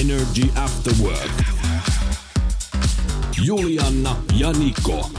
Energy After Work. Julianna ja Niko.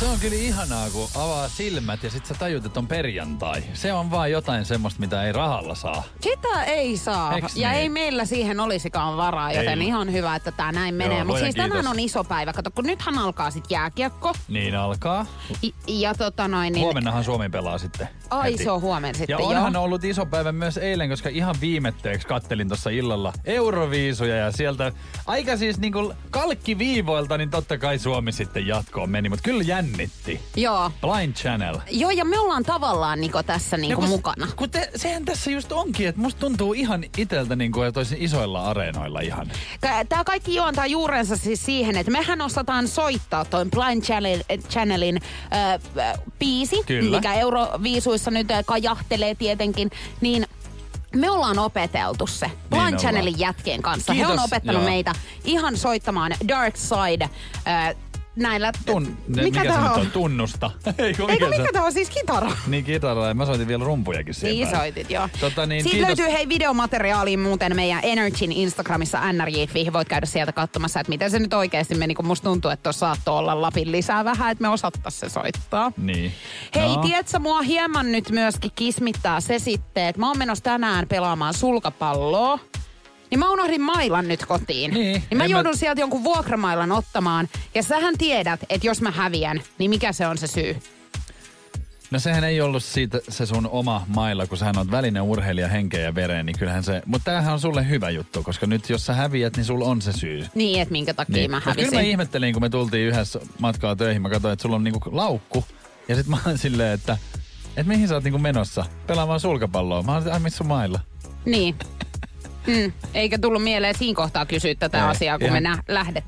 Se on kyllä ihanaa, kun avaa silmät ja sit sä tajut, että on perjantai. Se on vaan jotain semmoista, mitä ei rahalla saa. Sitä ei saa. Eiks ja niin? ei meillä siihen olisikaan varaa, joten Ei. ihan hyvä, että tämä näin menee. Joo, Mutta luojan siis tänään kiitos. on iso päivä. Kato, kun nythän alkaa sitten jääkiekko. Niin alkaa. I- ja tota noin, niin... Huomennahan Suomi pelaa sitten. Ai, heti. se on huomenna sitten, Ja onhan joo. ollut iso päivä myös eilen, koska ihan viimetteeksi kattelin tuossa illalla euroviisuja ja sieltä aika siis niinku kalkkiviivoilta, niin totta kai Suomi sitten jatkoon meni, mutta kyllä jännitti. Joo. Blind Channel. Joo, ja me ollaan tavallaan Niko tässä niinku kun, Niin mukana. Kun te, sehän tässä just onkin, että musta tuntuu ihan iteltä niin kuin isoilla areenoilla ihan. Tämä kaikki juontaa juurensa siis siihen, että mehän osataan soittaa toin Blind Channel, Channelin äh, äh, biisi, Kyllä. mikä Euroviisuissa nyt äh, kajahtelee tietenkin, niin me ollaan opeteltu se Blind Niin ollaan. Channelin jätkien kanssa. He on Kiitos, opettanut joo. meitä ihan soittamaan Dark Side äh, näillä... Tun, mikä, mikä mikä se tää nyt on? on? Tunnusta. Eikö Eikö se- mikä tämä on siis kitara? Niin kitara, ja mä soitin vielä rumpujakin siinä Niin päällä. soitit, joo. Tota niin, Siitä kiitos. löytyy hei videomateriaaliin muuten meidän Energyn Instagramissa nrj.fi. Voit käydä sieltä katsomassa, että miten se nyt oikeasti meni, kun musta tuntuu, että tuossa saattoi olla Lapin lisää vähän, että me osattais se soittaa. Niin. Hei, no. tiedätkö, mua hieman nyt myöskin kismittää se sitten, että mä oon menossa tänään pelaamaan sulkapalloa. Niin mä unohdin mailan nyt kotiin. Niin, niin mä en joudun mä- sieltä jonkun vuokramailan ottamaan. Ja sähän tiedät, että jos mä häviän, niin mikä se on se syy? No sehän ei ollut siitä se sun oma mailla, kun sähän on välinen urheilija henkeä ja vereen, niin kyllähän se... Mutta tämähän on sulle hyvä juttu, koska nyt jos sä häviät, niin sulla on se syy. Niin, että minkä takia niin. mä Mut hävisin. Kyllä mä ihmettelin, kun me tultiin yhdessä matkaa töihin, mä katsoin, että sulla on niinku laukku. Ja sit mä oon silleen, että... Et mihin sä oot niinku menossa? Pelaamaan sulkapalloa. Mä oon, että, ai missä on mailla? Niin. Mm. Eikä tullut mieleen siinä kohtaa kysyä tätä Ei, asiaa, kun ihan- me nä- lähdettiin.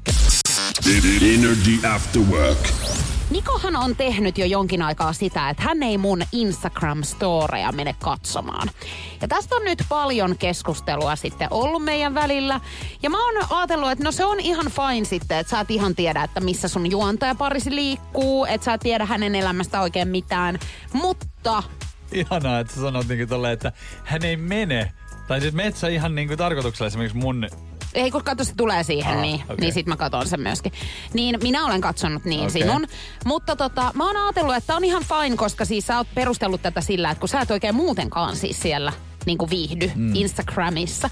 Energy After Work. Nikohan on tehnyt jo jonkin aikaa sitä, että hän ei mun Instagram-storeja mene katsomaan. Ja tästä on nyt paljon keskustelua sitten ollut meidän välillä. Ja mä oon ajatellut, että no se on ihan fine sitten, että sä et ihan tiedä, että missä sun juontajaparisi liikkuu, että sä et tiedä hänen elämästä oikein mitään. Mutta Ihanaa, että sä sanot niinku tolleen, että hän ei mene. Tai siis metsä ihan niinku tarkoituksella esimerkiksi mun Ei, kun katso, se tulee siihen, Aa, ah, niin, okay. okei. niin sit mä katon sen myöskin. Niin minä olen katsonut niin okay. Okei. sinun. Mutta tota, mä oon ajatellut, että tää on ihan fine, koska siis sä oot perustellut tätä sillä, että kun sä et oikein muutenkaan siis siellä niin kuin viihdy mm. Instagramissa.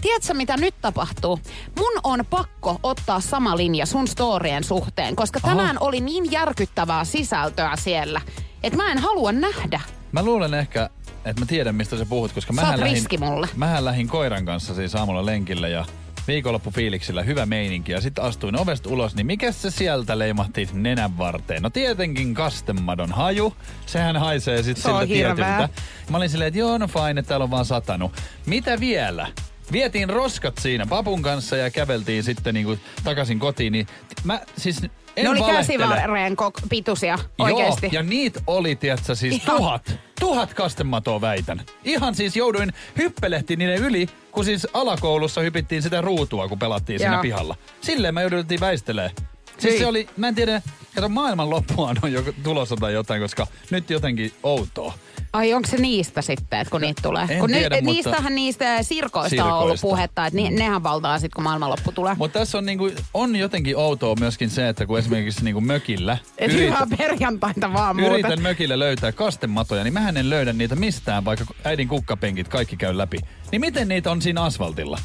Tiedätkö, mitä nyt tapahtuu? Mun on pakko ottaa sama linja sun storien suhteen, koska Aha. tänään oli niin järkyttävää sisältöä siellä, että mä en halua nähdä. Mä luulen ehkä, että mä tiedän mistä sä puhut, koska Sä mähän oot lähin, riski mulle. Mähän lähin koiran kanssa siis aamulla lenkille ja viikonloppufiiliksillä hyvä meininki ja sitten astuin ovesta ulos, niin mikä se sieltä leimahti nenän varteen? No tietenkin kastemadon haju, sehän haisee sit Se on siltä tietyltä. hirveä. Mä olin silleen, että joo no fine, että täällä on vaan satanut. Mitä vielä? Vietiin roskat siinä papun kanssa ja käveltiin sitten niinku takaisin kotiin, niin mä siis en ne oli valehtele. käsivarren kok- pituisia oikeasti. Joo, ja niitä oli, tiedätkö, siis Joo. tuhat. Tuhat kastematoa väitän. Ihan siis jouduin hyppelehti niiden yli, kun siis alakoulussa hypittiin sitä ruutua, kun pelattiin Joo. siinä pihalla. Silleen mä jouduttiin väistelee. Siis Niin. se oli, mä en tiedä, kato maailman loppua on joku tulossa tai jotain, koska nyt jotenkin outoa. Ai onko se niistä sitten, että kun niitä tulee? en kun tiedä, mutta- Niistähän niistä sirkoista, on ollut Sirkoista. Mm. puhetta, että ni, nehän valtaa sitten, kun maailmanloppu tulee. Mutta tässä on, niinku, on jotenkin outoa myöskin se, että kun esimerkiksi niinku mökillä Et hyvää perjantaita vaan muuten. Yritän mökille löytää kastematoja, niin mähän en löydä niitä mistään, vaikka äidin kukkapenkit kaikki käy läpi. Niin miten niitä on siinä asfaltilla?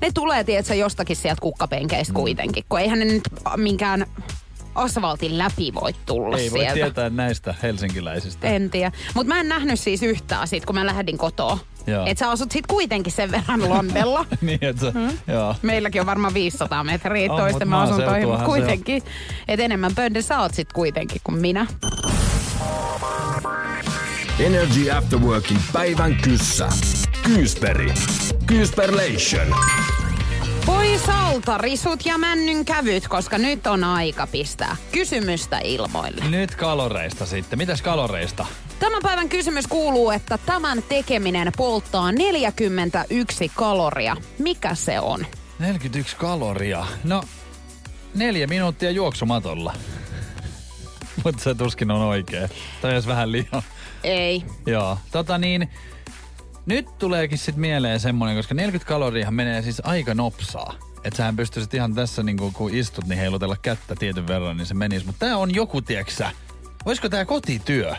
Ne tulee, tietsä, jostakin sieltä kukkapenkeistä Mm. kuitenkin, kun eihän ne nyt minkään asfaltin läpi voi tulla Ei voi sieltä. tietää näistä helsinkiläisistä. En tiedä. Mutta mä en nähnyt siis yhtään sit, kun mä lähdin kotoa. Joo. Et sä asut sit kuitenkin sen verran Lontella. niin, että sä, joo. Meilläkin on varmaan 500 metriä On, toisten mut mä asun toihin, maaseutuahan mutta se on. kuitenkin. Et enemmän pöydän sä oot sit kuitenkin kuin minä. Energy After Workin päivän kyssä. Kyysperi. Kyberlation. Pois alta risut ja männyn kävyt, koska nyt on aika pistää kysymystä ilmoille. Nyt kaloreista sitten. Mitäs kaloreista? Tämän päivän kysymys kuuluu, että tämän tekeminen polttaa 41 kaloria. Mikä se on? 41 kaloria. No, neljä minuuttia juoksumatolla. Mutta se tuskin on oikein. Tai jos vähän liian. Ei. Joo. Tota niin, nyt tuleekin sit mieleen semmonen, koska 40 kaloriahan menee siis aika nopsaa. Että sähän pystyisit ihan tässä, niinku, kun istut, niin heilutella kättä tietyn verran, niin se menisi. Mutta tää on joku, tieksä. Olisiko tää kotityö?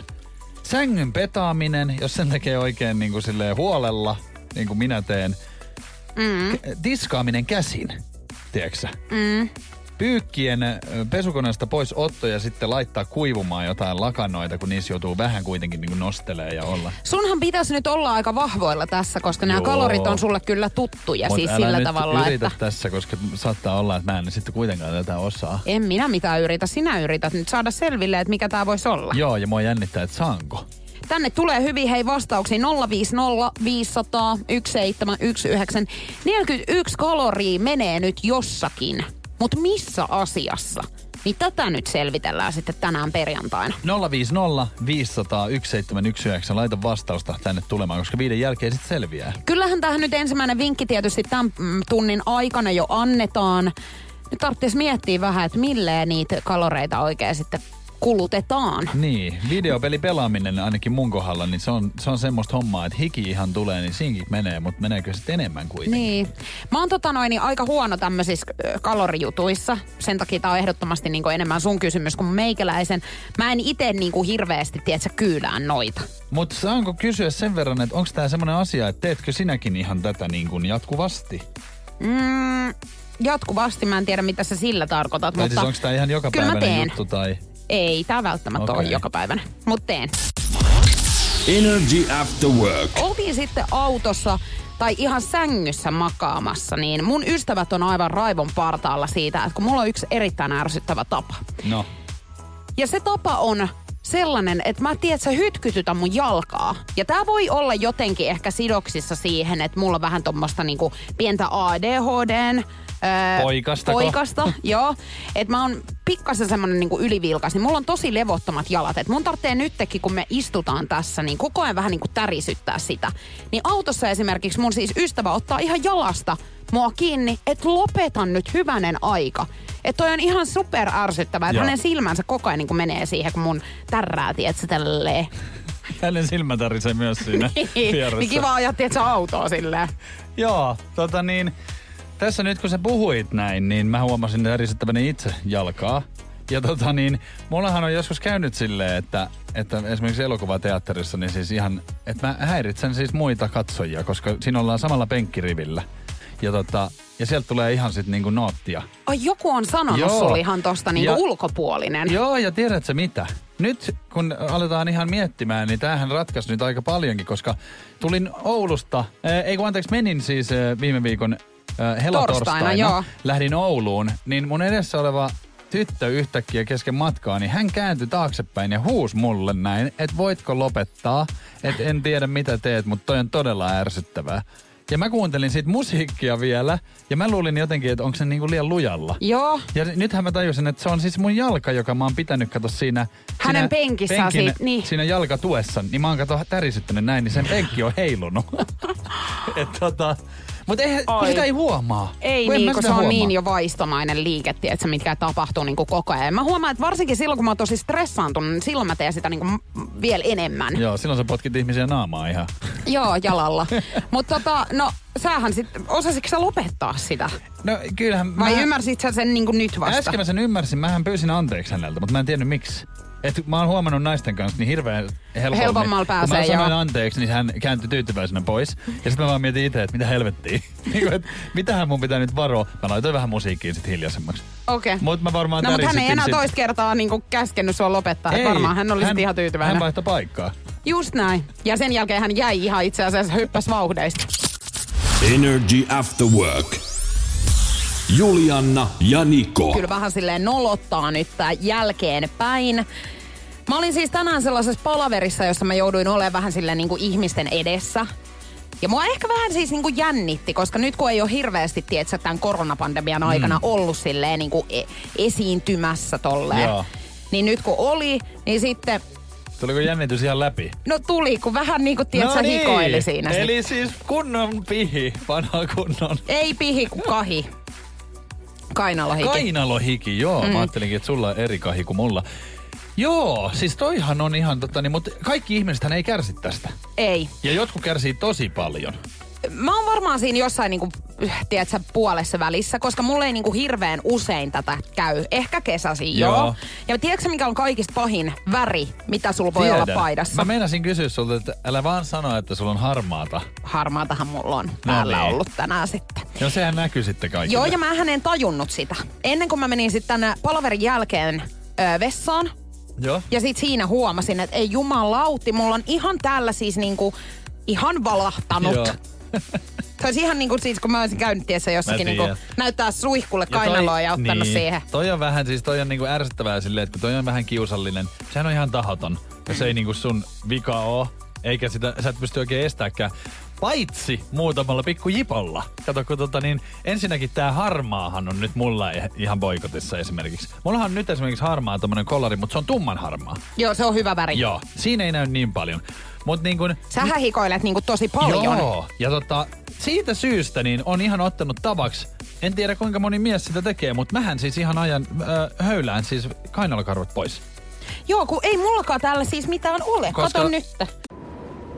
Sängyn petaaminen, jos sen tekee oikein niinku silleen huolella, niin kuin minä teen. Mm. Diskaaminen käsin, tieksä. Mm. Pyykkien ö, pesukoneesta pois otto ja sitten laittaa kuivumaan jotain lakanoita, kun niissä joutuu vähän kuitenkin niin nostelee ja olla. Sunhan pitäisi nyt olla aika vahvoilla tässä, koska nämä Joo. kalorit on sulle kyllä tuttuja. Mut siis älä sillä nyt tavalla, yritä että tässä, koska saattaa olla, että mä en sitten kuitenkaan tätä osaa. en minä mitään yritä, sinä yrität nyt saada selville, että mikä tämä voisi olla. Joo, ja mua jännittää, että saanko. Tänne tulee hyvin hei vastauksia 050 500 1719. 41 kaloria menee nyt jossakin, mutta missä asiassa? Niin tätä nyt selvitellään sitten tänään perjantaina. 050 500 1719. Laita vastausta tänne tulemaan, koska viiden jälkeen sitten selviää. Kyllähän tähän nyt ensimmäinen vinkki tietysti tämän mm, tunnin aikana jo annetaan. Nyt tarvitsisi miettiä vähän, että milleen niitä kaloreita oikein sitten kulutetaan. Niin, videopeli pelaaminen ainakin mun kohdalla, niin se on, se on semmoista hommaa, että hiki ihan tulee, niin siinkin menee, mutta meneekö sitten enemmän kuin Niin. Mä oon tota noin, niin aika huono tämmöisissä ö, kalorijutuissa. Sen takia tää on ehdottomasti niinku enemmän sun kysymys kuin meikäläisen. Mä en ite niinku hirveästi, tiedätkö, kyylään noita. Mutta saanko kysyä sen verran, että onko tämä semmoinen asia, että teetkö sinäkin ihan tätä niin kuin jatkuvasti? siis Mm, jatkuvasti mä en tiedä, mitä sä sillä tarkoitat, Tai siis mutta... onko tämä ihan joka kyllä mä teen. juttu tai... Ei, tää välttämättä okay. Okei. on joka päivänä, mut teen. Energy After Work. Oltiin sitten autossa tai ihan sängyssä makaamassa, niin mun ystävät on aivan raivon partaalla siitä, että kun mulla on yksi erittäin ärsyttävä tapa. No, Ja se tapa on sellainen, että mä tiedän, että sä hytkytytä mun jalkaa. Ja tää voi olla jotenkin ehkä sidoksissa siihen, että mulla on vähän tommosta niinku pientä ADHDn öö, Poikastako? poikasta joo. Että mä oon pikkasen semmonen niinku ylivilkas, niin mulla on tosi levottomat jalat. Et mun tarvitsee nytkin, kun me istutaan tässä, niin koko ajan vähän niinku tärisyttää sitä. Niin autossa esimerkiksi mun siis ystävä ottaa ihan jalasta mua kiinni, että lopetan nyt hyvänen aika. Että toi on ihan super ärsyttävää, että Joo. hänen silmänsä koko ajan niin menee siihen, kun mun tärrää, tiedätkö, tälleen. hänen silmä tärisee myös siinä vieressä. niin kiva ajaa, tiedätkö, autoa silleen. Joo, tota niin, tässä nyt kun sä puhuit näin, niin mä huomasin ärisyttäväni itse jalkaa. Ja tota niin, mullahan on joskus käynyt silleen, että, että esimerkiksi elokuvateatterissa, niin siis ihan, että mä häiritsen siis muita katsojia, koska siinä ollaan samalla penkkirivillä. Ja tota, ja sieltä tulee ihan sit niinku noottia. Ai joku on sanonut Joo. sulle ihan tosta niinku Ja- ulkopuolinen. Joo, ja tiedätkö mitä? Nyt kun aletaan ihan miettimään, niin tämähän ratkaisi nyt aika paljonkin, koska tulin Oulusta, ää, ei kun anteeksi, menin siis ää, viime viikon ää, helatorstaina, Torstaina, joo. lähdin Ouluun, niin mun edessä oleva tyttö yhtäkkiä kesken matkaa, niin hän kääntyi taaksepäin ja huusi mulle näin, että voitko lopettaa, että en tiedä mitä teet, mutta toi on todella ärsyttävää. Ja mä kuuntelin siitä musiikkia vielä, ja mä luulin jotenkin, että onko se niinku liian lujalla. Joo. Ja n- nythän mä tajusin, että se on siis mun jalka, joka mä oon pitänyt, kato siinä... Hänen siinä penkissään penkin- siitä, niin. Siinä jalkatuessa, niin mä oon kato tärisyttänyt näin, niin sen penkki on heilunut. Et tota... Mutta eihän, kun Ai. sitä ei huomaa. Ei en niin, mä kun sitä se on huomaa. niin jo vaistomainen liike, tiedätkö, mitkä tapahtuu niin kuin koko ajan. Mä huomaan, että varsinkin silloin, kun mä oon tosi stressaantunut, niin silloin mä teen sitä niin kuin vielä enemmän. Joo, silloin sä potkit ihmisiä naamaa ihan. Joo, jalalla. Mutta tota, no, sähän sitten, osasitko sä lopettaa sitä? No kyllähän Vai mä... ymmärsit sä sen niin kuin nyt vasta? Äsken mä sen ymmärsin, mähän pyysin anteeksi häneltä, mutta mä en tiennyt miksi. Et mä oon huomannut naisten kanssa niin hirveän helpommin. Helpommalla pääsee, Kun mä sanoin joo. anteeksi, niin hän kääntyi tyytyväisenä pois. Ja sitten mä vaan mietin itse, että mitä helvettiä. Niinku, et mitähän mun pitää nyt varoa. Mä laitoin vähän musiikkiin sit hiljaisemmaksi. Okei. Okay. Mut mä varmaan No, mutta hän ei tärisytin enää sit. toista kertaa niin kuin käskenyt sua lopettaa. Ei, varmaan hän oli sit ihan Hän tyytyväinen. vaihtoi paikkaa. Just näin. Ja sen jälkeen hän jäi ihan itse asiassa hyppäs vauhdeista. Energy After Work. Julianna ja Niko. kyllä vähän silleen nolottaa nyt tää jälkeenpäin. Mä olin siis tänään sellaisessa palaverissa, jossa mä jouduin olemaan vähän silleen niin kuin ihmisten niinku edessä. Ja mua ehkä vähän siis niinku jännitti, koska nyt kun ei ole hirveästi, tietsä, tämän koronapandemian aikana mm. ollut silleen niinku e- esiintymässä tolleen. Joo. Niin nyt kun oli, niin sitten, Tuliko jännitys ihan läpi? no tuli, kun vähän niinku, tietsä, hikoili siinä. sit. No niin. Eli siis kunnon pihi, vanha kunnon. Ei pihi, kun kahi. Kainalohiki. Kainalohiki, joo. Mm. Mä ajattelinkin, että sulla on eri kahi kuin mulla. Joo, siis toihan on ihan totta, niin, mutta kaikki ihmisethän ei kärsi tästä. Ei. Ja jotkut kärsii tosi paljon. Mä oon varmaan siinä jossain niinku, tiedätkö, puolessa välissä, koska mulle ei niinku hirveän usein tätä käy. Ehkä kesäsi, joo. Joo. joo. Ja tiedätkö mikä on kaikista pahin väri, mitä sulla voi Tiedän. olla paidassa? Mä meinasin kysyä sulta, että älä vaan sano, että sulla on harmaata. Harmaatahan mulla on päällä niin. ollut tänään sitten. No sehän näkyy sitten kaikille. Joo, ja mä en tajunnut sitä. Ennen kuin mä menin sitten tänne palaverin jälkeen ö, vessaan, Joo. Ja sit siinä huomasin, että ei jumalautti, mulla on ihan täällä siis niinku, ihan valahtanut. Joo. Se olisi ihan niinku siis, kun mä olisin käynyt tiessä jossakin Mä niinku, tiedän. näyttää suihkulle Ja toi- kainaloa ja ottanut niin. siihen. Toi on vähän, siis toi on niinku ärsyttävää silleen, että kun toi on vähän kiusallinen. Sehän on ihan tahaton. Ja se ei niinku sun vika oo, eikä sitä, sä et pysty oikein estääkään. Paitsi muutamalla pikkujipolla. Kato, kun tota niin, ensinnäkin tää harmaahan on nyt mulla i- ihan boikotissa esimerkiksi. Mullahan on nyt esimerkiksi harmaa tommonen kollari, mutta se on tumman harmaa. Joo, se on hyvä väri. Joo, siinä ei näy niin paljon. Mut niin kun, Sähän hikoilet niinku tosi paljon. Joo, ja tota, siitä syystä niin on ihan ottanut tavaksi. En tiedä kuinka moni mies sitä tekee, mutta mähän siis ihan ajan äh, höylään siis kainalokarvat pois. Joo, kun ei mullakaan täällä siis mitään ole. Koska- Kato nyt.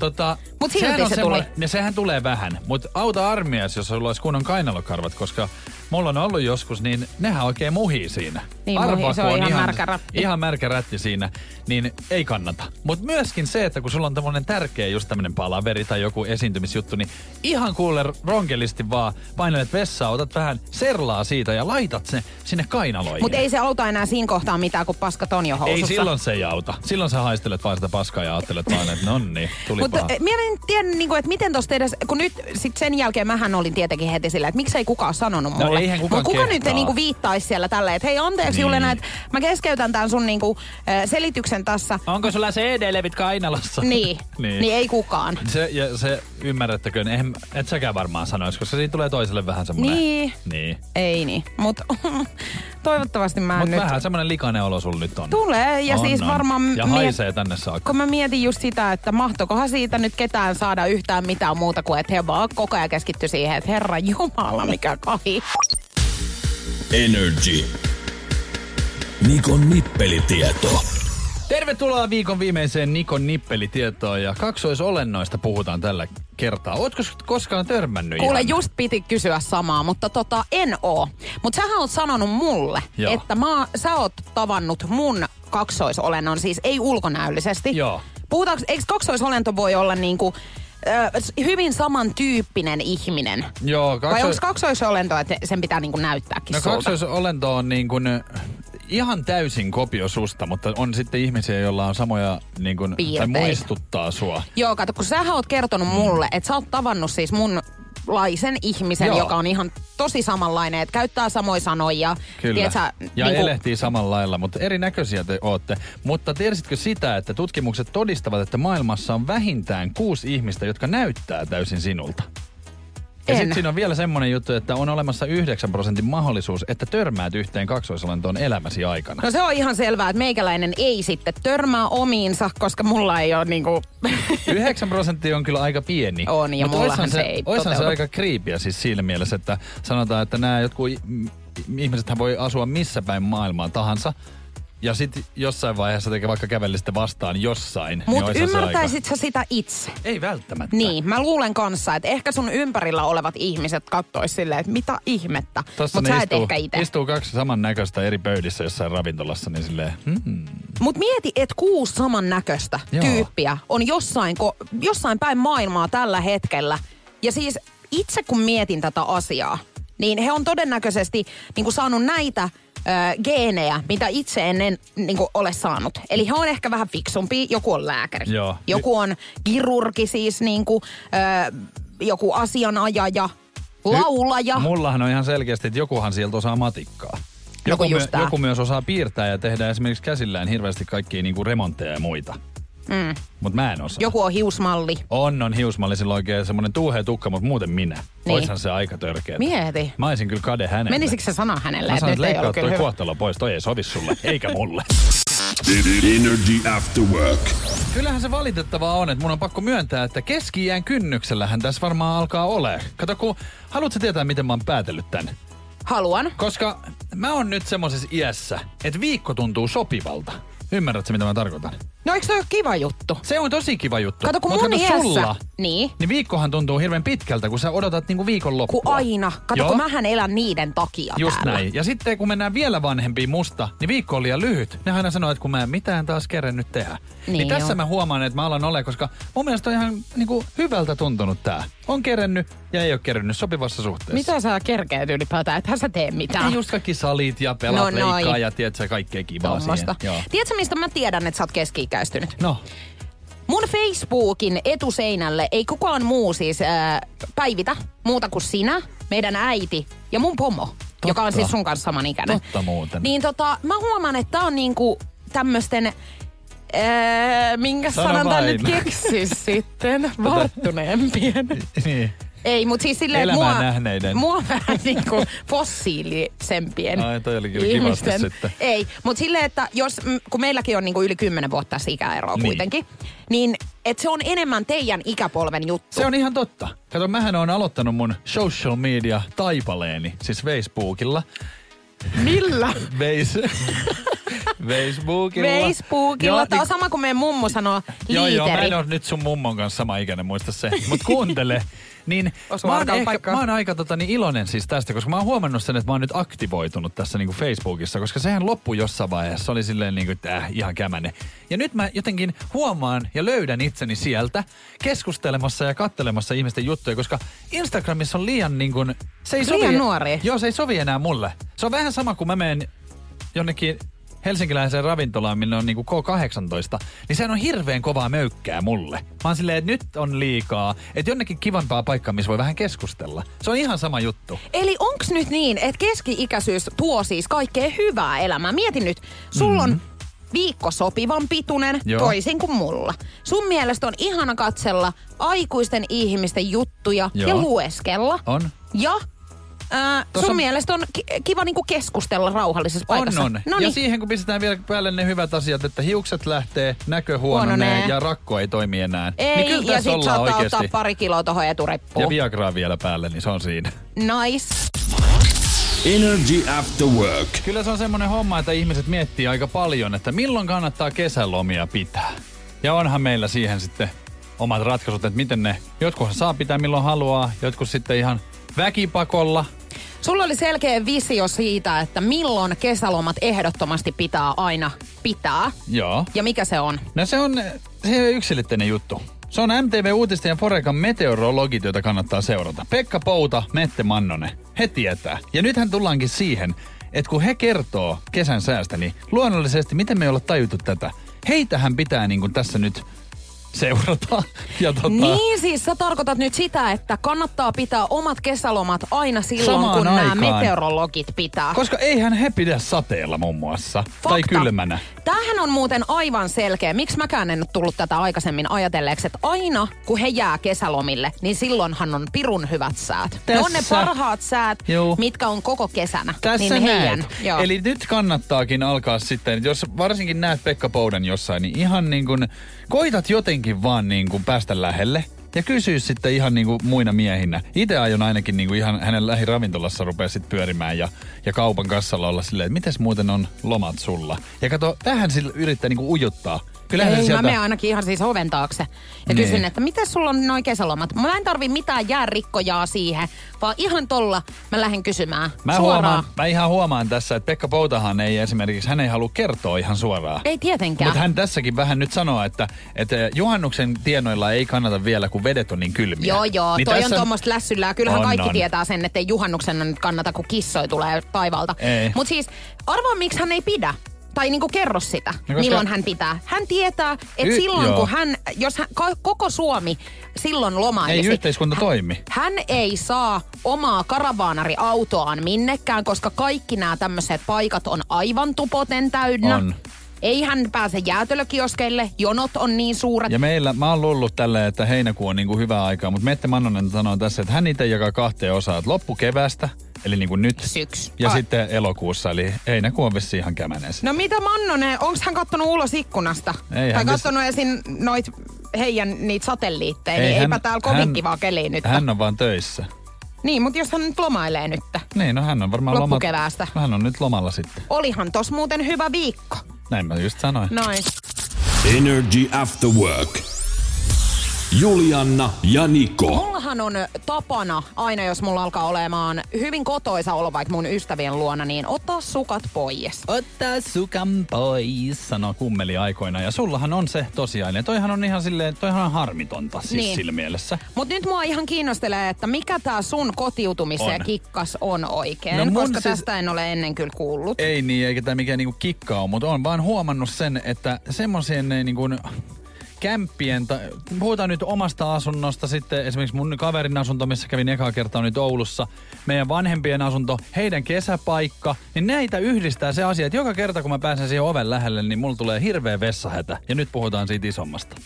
Tota, Mut silti sehän on se semmoinen- tuli. Ne, sehän tulee vähän, mutta auta armias, jos sulla olisi kunnon kainalokarvat, koska mulla on ollut joskus, niin nehän oikein muhii siinä. Niin Arvaa, muhii, se kun on ihan märkä rätti. Ihan märkä rätti siinä, niin ei kannata. Mutta myöskin se, että kun sulla on tämmöinen tärkeä just tämmöinen palaveri tai joku esiintymisjuttu, niin ihan kuule ronkelisti vaan painelet vessaa, otat vähän serlaa siitä ja laitat se sinne kainaloihin. Mut ei se auta enää siinä kohtaa mitään, kun paskat on jo housussa. ei silloin se ei auta. Silloin sä haistelet vaan sitä paskaa ja ajattelet vaan, että nonni, tuli Mutta paha. mä en tiedä, niin kuin, että miten tosta edes, kun nyt sit sen jälkeen mähän olin tietenkin heti sillä, että miksei kukaan sanonut No mulle. eihän kukaan Mut kuka kehtaa. nyt ei niin kuin, viittaisi siellä tälleen, että hei anteeksi niin. Niin. Julena, että mä keskeytän tämän sun niin kuin, selityksen tässä. Onko sulla CD-levit kainalossa? Niin. niin. niin ei kukaan. Se, ja se ymmärrettäköön, en, et säkään varmaan sanois, koska siitä tulee toiselle vähän semmoinen. Niin. Niin. Ei niin, mutta toivottavasti mä en Mutta nyt... vähän semmoinen likainen olo sulla nyt on. Tulee ja on, siis on. varmaan... Ja mie- haisee tänne saakka. kun mä mietin just sitä, että mahtokohan siitä nyt ketään saada yhtään mitään muuta kuin, että he vaan koko ajan keskitty siihen, että herra jumala, mikä kahi. Energy. Nikon nippelitieto. Tervetuloa viikon viimeiseen Nikon nippelitietoon ja kaksoisolennoista puhutaan tällä kertaa. Ootko s- koskaan törmännyt? Kuule, ihan? just piti kysyä samaa, mutta tota, en oo. Mutta sähän oot sanonut mulle, Joo. Joo. että mä, sä oot tavannut mun kaksoisolennon, siis ei ulkonäöllisesti. Joo. Puhutaanko, eikö kaksoisolento voi olla niinku, ö, s- hyvin samantyyppinen ihminen? Joo, Vai kaksois... onko kaksoisolento, että sen pitää niinku näyttääkin No sulta? kaksoisolento on niin kuin ö, ihan täysin kopio susta, mutta on sitten ihmisiä, joilla on samoja niin kuin, tai Piirteitä. muistuttaa sua. Joo, kato, kun sähän oot Mm. kertonut mulle, että sä oot tavannut siis mun laisen ihmisen, Joo. Joo. joka on ihan tosi samanlainen, että käyttää samoja sanoja. Kyllä. Tiedät sä, ja niinku- elehtii samalla lailla, mutta erinäköisiä te ootte. Mutta tiesitkö sitä, että tutkimukset todistavat, että maailmassa on vähintään kuusi ihmistä, jotka näyttää täysin sinulta? Ja En. sitten siinä on vielä semmoinen juttu, että on olemassa 9 prosentin mahdollisuus, että törmäät yhteen kaksoisolentoon elämäsi aikana. No se on ihan selvää, että meikäläinen ei sitten törmää omiinsa, koska mulla ei ole niinku... 9 prosenttia on kyllä aika pieni. On, ja Mut mullahan oishan se ei oishan se toteudu. aika kriipiä siis siinä mielessä, että sanotaan, että nämä jotkut mm, ihmisethän voi asua missä päin maailmaa tahansa. Ja sitten jossain vaiheessa tekee vaikka kävellistä vastaan jossain. niin Mutta oishan se ymmärtäisit sä sitä itse? Aika... Ei välttämättä. Niin, mä luulen kanssa, että ehkä sun ympärillä olevat ihmiset kattois silleen, että mitä ihmettä. Tossa Mutta ne sä et istuu, ehkä itse. istuu kaksi samannäköistä eri pöydissä jossain ravintolassa, niin silleen, hmm, Mut mieti, että kuusi samannäköistä Joo. tyyppiä on jossain, ko, jossain päin maailmaa tällä hetkellä. Ja siis itse kun mietin tätä asiaa, niin he on todennäköisesti niin kuin saanut näitä ö, geenejä, mitä itse ennen niin kuin ole saanut. Eli he on ehkä vähän fiksumpi, joku on lääkäri, Joo. joku on kirurgi siis, niin kuin, ö, joku asianajaja, laulaja. Mullahan on ihan selkeästi, että jokuhan sieltä osaa matikkaa. No Joku, kun just tää. joku myös osaa piirtää ja tehdä esimerkiksi käsillään hirveästi kaikkia niinku remontteja ja muita. Mm. Mut mä en osaa. Joku on hiusmalli. On, on hiusmalli sillä oikein semmonen tuuhea tukka, mutta muuten minä. Niin. Niin. Oishan se aika törkeä. Mieti. Mä olisin kyllä kade hänelle. Menisikö se sana hänelle, Mä että sanoin, nyt että ei leikkaa ollut kyllä toi hyvä? kuottalo pois, toi ei sovi sulle, eikä mulle. Energy After Work. Kyllähän se valitettavaa on, että mun on pakko myöntää, että keski kynnyksellähän tässä varmaan alkaa ole. Kato, kun haluatko tietää, miten mä oon päätellyt tän? Haluan. Koska mä oon nyt semmosessa iässä, että viikko tuntuu sopivalta. Ymmärrätkö, mitä mä tarkoitan? No eikö toi ole kiva juttu? Se on tosi kiva juttu. Kato, kun Mut mun iässä- sulla, Niin. niin viikkohan tuntuu hirveän pitkältä, kun sä odotat niinku viikon Kun loppua. aina. Kato, Joo. kun mähän elän niiden takia Just täällä. näin. Ja sitten kun mennään vielä vanhempiin musta, niin viikko on liian lyhyt. Ne aina sanoo, että kun mä en mitään taas kerennyt tehdä. Niin, Niin niin tässä joo. mä huomaan, että mä alan ole, koska mun mielestä on ihan niin kuin, hyvältä tuntunut tää. On kerennyt ja ei ole kerennyt sopivassa suhteessa. Mitä sä Kerkeet ylipäätään, ethän sä tee mitään. Ja just kaikki salit ja pelat No no, noin. leikkaa ja tiedät sä kaikkea kivaa Tuommoista. siihen. Joo. Tiedätkö, mistä mä tiedän, että sä oot keski-ikäistynyt? No, Mun Facebookin etuseinälle ei kukaan muu siis ää, päivitä muuta kuin sinä, meidän äiti ja mun pomo, Totta. joka on siis sun kanssa samanikäinen. Totta muuten. Niin tota, mä huomaan, että tää on niinku tämmösten... Ää, minkä Sano sanan tän vain. Tota- nyt keksi sitten? Varttuneempien. niin. Ei, mutta siis silleen, että Elämää mua, nähneiden. mua vähän niin kuin fossiilisempien Ai, toi oli kyllä kivasti sitten. Ei, mutta silleen, että jos, mm, kun meilläkin on niin kuin yli 10 vuotta tässä ikäeroa Niin. kuitenkin, niin et se on enemmän teidän ikäpolven juttu. Se on ihan totta. Kato, mähän on aloittanut mun social media taipaleeni, siis Facebookilla. millä? Veis... Facebookilla. Facebookilla. Tämä niin- on sama kuin meidän mummo sanoo Joo, joo, mä liiteri. en ole nyt sun mummon kanssa sama ikäinen, muista se. Mut kuuntele. Niin, Osu mä oon, arkaan ehkä, paikkaan. mä oon aika tota, niin iloinen siis tästä, koska mä oon huomannut sen, että mä oon nyt aktivoitunut tässä niin kuin Facebookissa, koska sehän loppui jossain vaiheessa. Se oli silleen niin kuin, että äh, ihan kämäne. Ja nyt mä jotenkin huomaan ja löydän itseni sieltä keskustelemassa ja kattelemassa ihmisten juttuja, koska Instagramissa on liian niin kuin, se ei Liian sovi. nuori. Joo, se ei sovi enää mulle. Se on vähän sama kuin mä menen jonnekin helsinkiläiseen ravintolaan, minne on niinku K18, niin sehän on hirveän kovaa möykkää mulle. Mä oon silleen, että nyt on liikaa, että jonnekin kivampaa paikkaa, missä voi vähän keskustella. Se on ihan sama juttu. Eli onks nyt niin, että keski-ikäisyys tuo siis kaikkea hyvää elämää? Mietin nyt, sulla on viikko sopivan pitunen, Mm-hmm. Joo. toisin kuin mulla. Sun mielestä on ihana katsella aikuisten ihmisten juttuja ja Joo. lueskella. On. Ja ää, Tossa sun on- mielestä on ki- kiva niinku keskustella rauhallisessa On, paikassa. on. Ja niin Noniin. siihen kun pistetään vielä päälle ne hyvät asiat, että hiukset lähtee, näkö huononee Huononee. ja rakko ei toimi enää. Ei, niin kyllä ja tässä sit ollaan saattaa oikeasti. ottaa pari kiloa tohon ja etureppuun. Viagraa vielä päälle, niin se on siinä. nice. Energy After Work. Kyllä se on semmoinen homma, että ihmiset miettii aika paljon, että milloin kannattaa kesälomia pitää. Ja onhan meillä siihen sitten omat ratkaisut, että miten ne, jotkuhan saa pitää milloin haluaa, jotkut sitten ihan väkipakolla. Sulla oli selkeä visio siitä, että milloin kesälomat ehdottomasti pitää aina pitää. Joo. Ja mikä se on? No se on, se ei ole yksilitteinen juttu. Se on MTV Uutisten ja Forekan meteorologit, joita kannattaa seurata. Pekka Pouta, Mette Mannonen. He tietää. Ja nythän tullaankin siihen, että kun he kertoo kesän säästä, niin luonnollisesti, miten me ei olla tajutu tätä. Heitähän pitää niin kuin tässä nyt seurata. Ja tota, Niin siis sä tarkoitat nyt sitä, että kannattaa pitää omat kesälomat aina silloin, Samaan kun nämä aikaan. meteorologit pitää. Koska eihän he pidä sateella muun muassa. Fakta. Tai kylmänä. Tämähän on muuten aivan selkeä. Miksi mäkään en ole tullut tätä aikaisemmin ajatelleeksi, että aina kun he jää kesälomille, niin silloinhan on pirun hyvät säät. Ne on ne Tässä. parhaat säät, Juu. mitkä on koko kesänä. Tässä niin heidän. näet. Eli nyt kannattaakin alkaa sitten, jos varsinkin näet Pekka Poudan jossain, niin ihan niin kuin koitat jotenkin vaan niin kuin päästä lähelle. Ja kysyä sitten ihan niinku muina miehinä. Itse aion ainakin niinku ihan hänen lähiravintolassa rupea sitten pyörimään ja, ja kaupan kassalla olla silleen, että mites muuten on lomat sulla. Ja kato, tähän sillä yrittää niinku ujuttaa. Kyllähän Ei, se sieltä... mä menen ainakin ihan siis oven taakse ja Niin. kysyn, että mitä sulla on noin kesälomat? Mä en tarvi mitään jäärrikkojaa siihen, vaan ihan tolla mä lähden kysymään Mä, suoraan. huomaan, mä ihan huomaan tässä, että Pekka Poutahan ei esimerkiksi, hän ei halua kertoa ihan suoraan. Ei tietenkään. Mutta hän tässäkin vähän nyt sanoo, että, että juhannuksen tienoilla ei kannata vielä, kun vedet on niin kylmiä. Joo, joo. Niin toi on tässä tuommoista lässyllää. Kyllähän On, kaikki on. tietää sen, että ei juhannuksena nyt kannata, kun kissoi tulee taivaalta. Ei. Mutta siis arvaa, miksi hän ei pidä tai niinku kerro sitä, no koska- milloin hän pitää. Hän tietää, että Y- silloin joo. kun hän, jos hän, ko- koko Suomi silloin lomailisi. Ei yhteiskunta hän- toimi. Hän ei saa omaa karavaanariautoaan minnekään, koska kaikki nämä tämmöiset paikat on aivan tupoten täynnä. On. Ei hän pääse jäätelökioskeille, jonot on niin suuret. Ja meillä, mä oon luullut tällä, että heinäkuu on niin kuin hyvä aikaa, mutta Mette Mannonen sanoo tässä, että hän itse jakaa kahteen osaan, että loppukevästä, eli niin kuin nyt, Syksy. ja Ah. sitten elokuussa, eli heinäkuu on vissiin ihan kämänensä. No mitä Mannonen, onks hän kattonut ulos ikkunasta? Ei tai hän kattonut esim. noit heidän niitä satelliitteja, niin eipä täällä kovin kivaa keliä nyt. Hän on vaan töissä. Niin, mutta jos hän nyt lomailee nyt. Niin, no hän on varmaan Loppukeväästä. Hän on nyt lomalla sitten. Olihan tos muuten hyvä viikko. Näin mä just sanoin. Noin. Energy After Work. Julianna ja Niko. Mullahan on tapana, aina jos mulla alkaa olemaan hyvin kotoisa olla vaikka mun ystävien luona, niin ottaa sukat pois. Ottaa sukan pois, sanoo kummeli aikoina. Ja sullahan on se tosiaan. Ja toihan on ihan silleen, toihan on harmitonta siis Niin. niin. sillä mielessä. Mut nyt mua ihan kiinnostelee, että mikä tää sun kotiutumisen ja On. kikkas on oikein, No mun koska siis- tästä en ole ennen kyllä kuullut. Ei niin, eikä tämä mikään niinku kikka ole, mutta on vaan huomannut sen, että semmoisien niinku kämppien, tai, puhutaan nyt omasta asunnosta sitten, esimerkiksi mun kaverin asunto, missä kävin ekaa kertaa nyt Oulussa, meidän vanhempien asunto, heidän kesäpaikka, niin näitä yhdistää se asia, että joka kerta kun mä pääsen siihen oven lähelle, niin mulla tulee hirveä vessahätä, ja nyt puhutaan siitä isommasta.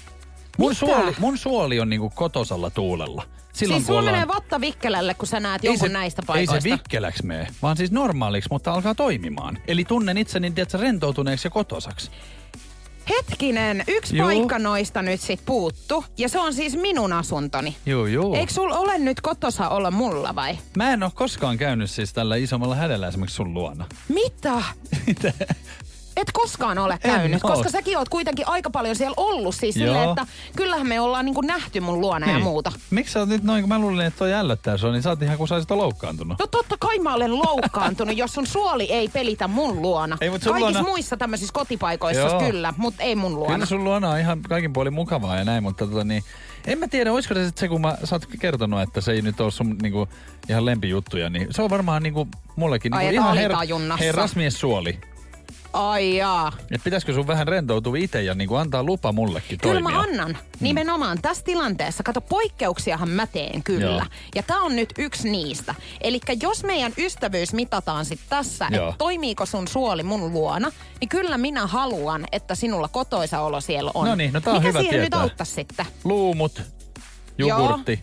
Mun, Mitä? suoli, mun suoli on niinku kotosalla tuulella. Silloin siis kun sulla ollaan- menee vatta vikkelelle, kun sä näet ei jonkun näistä paikoista. Ei se vikkeläksi mene, vaan siis normaaliksi, mutta alkaa toimimaan. Eli tunnen itseni tiedätkö, rentoutuneeksi ja kotosaksi. Hetkinen, yksi Juu. paikka noista nyt sit puuttu, ja se on siis minun asuntoni. Joo, joo. Eikö sul ole nyt kotosa olla mulla vai? Mä en ole koskaan käynyt siis tällä isommalla hädällä esimerkiksi sun luona. Mitä? Mitä? Et koskaan ole En käynyt, oo. koska säkin oot kuitenkin aika paljon siellä ollut siis Joo. silleen, että kyllähän me ollaan niinku nähty mun luona ja muuta. Niin. Miksi sä oot nyt noin, kun mä luulin, että toi ällöttää sua, niin sä oot ihan kuin sä olisit loukkaantunut. No totta kai mä olen loukkaantunut, jos sun suoli ei pelitä mun luona. Ei, mut sun Kaikissa luona- muissa tämmöisissä kotipaikoissa Joo. kyllä, mutta ei mun luona. Kyllä sun luona on ihan kaikin puolin mukavaa ja näin, mutta tota niin, en mä tiedä, olisiko se sit se, kun mä, sä oot kertonut, että se ei nyt ole sun niinku, ihan lempijuttuja, niin se on varmaan niinku, mullekin Ai, niinku, et ihan alitajunnassa. herrasmies suoli. Ai jaa. Et pitäisikö sun vähän rentoutua itse ja niinku antaa lupa mullekin Kyllä toimia? Mm. mä annan. Nimenomaan tässä tilanteessa. Kato, poikkeuksiahan mä teen kyllä. Joo. Ja tää on nyt yksi niistä. Eli jos meidän ystävyys mitataan sit tässä, Joo. että toimiiko sun suoli mun luona, niin kyllä minä haluan, että sinulla kotoisa olo siellä on. No niin, no tää on Mikä hyvä siihen nyt tietää. auttaa sitten? Luumut, jogurtti.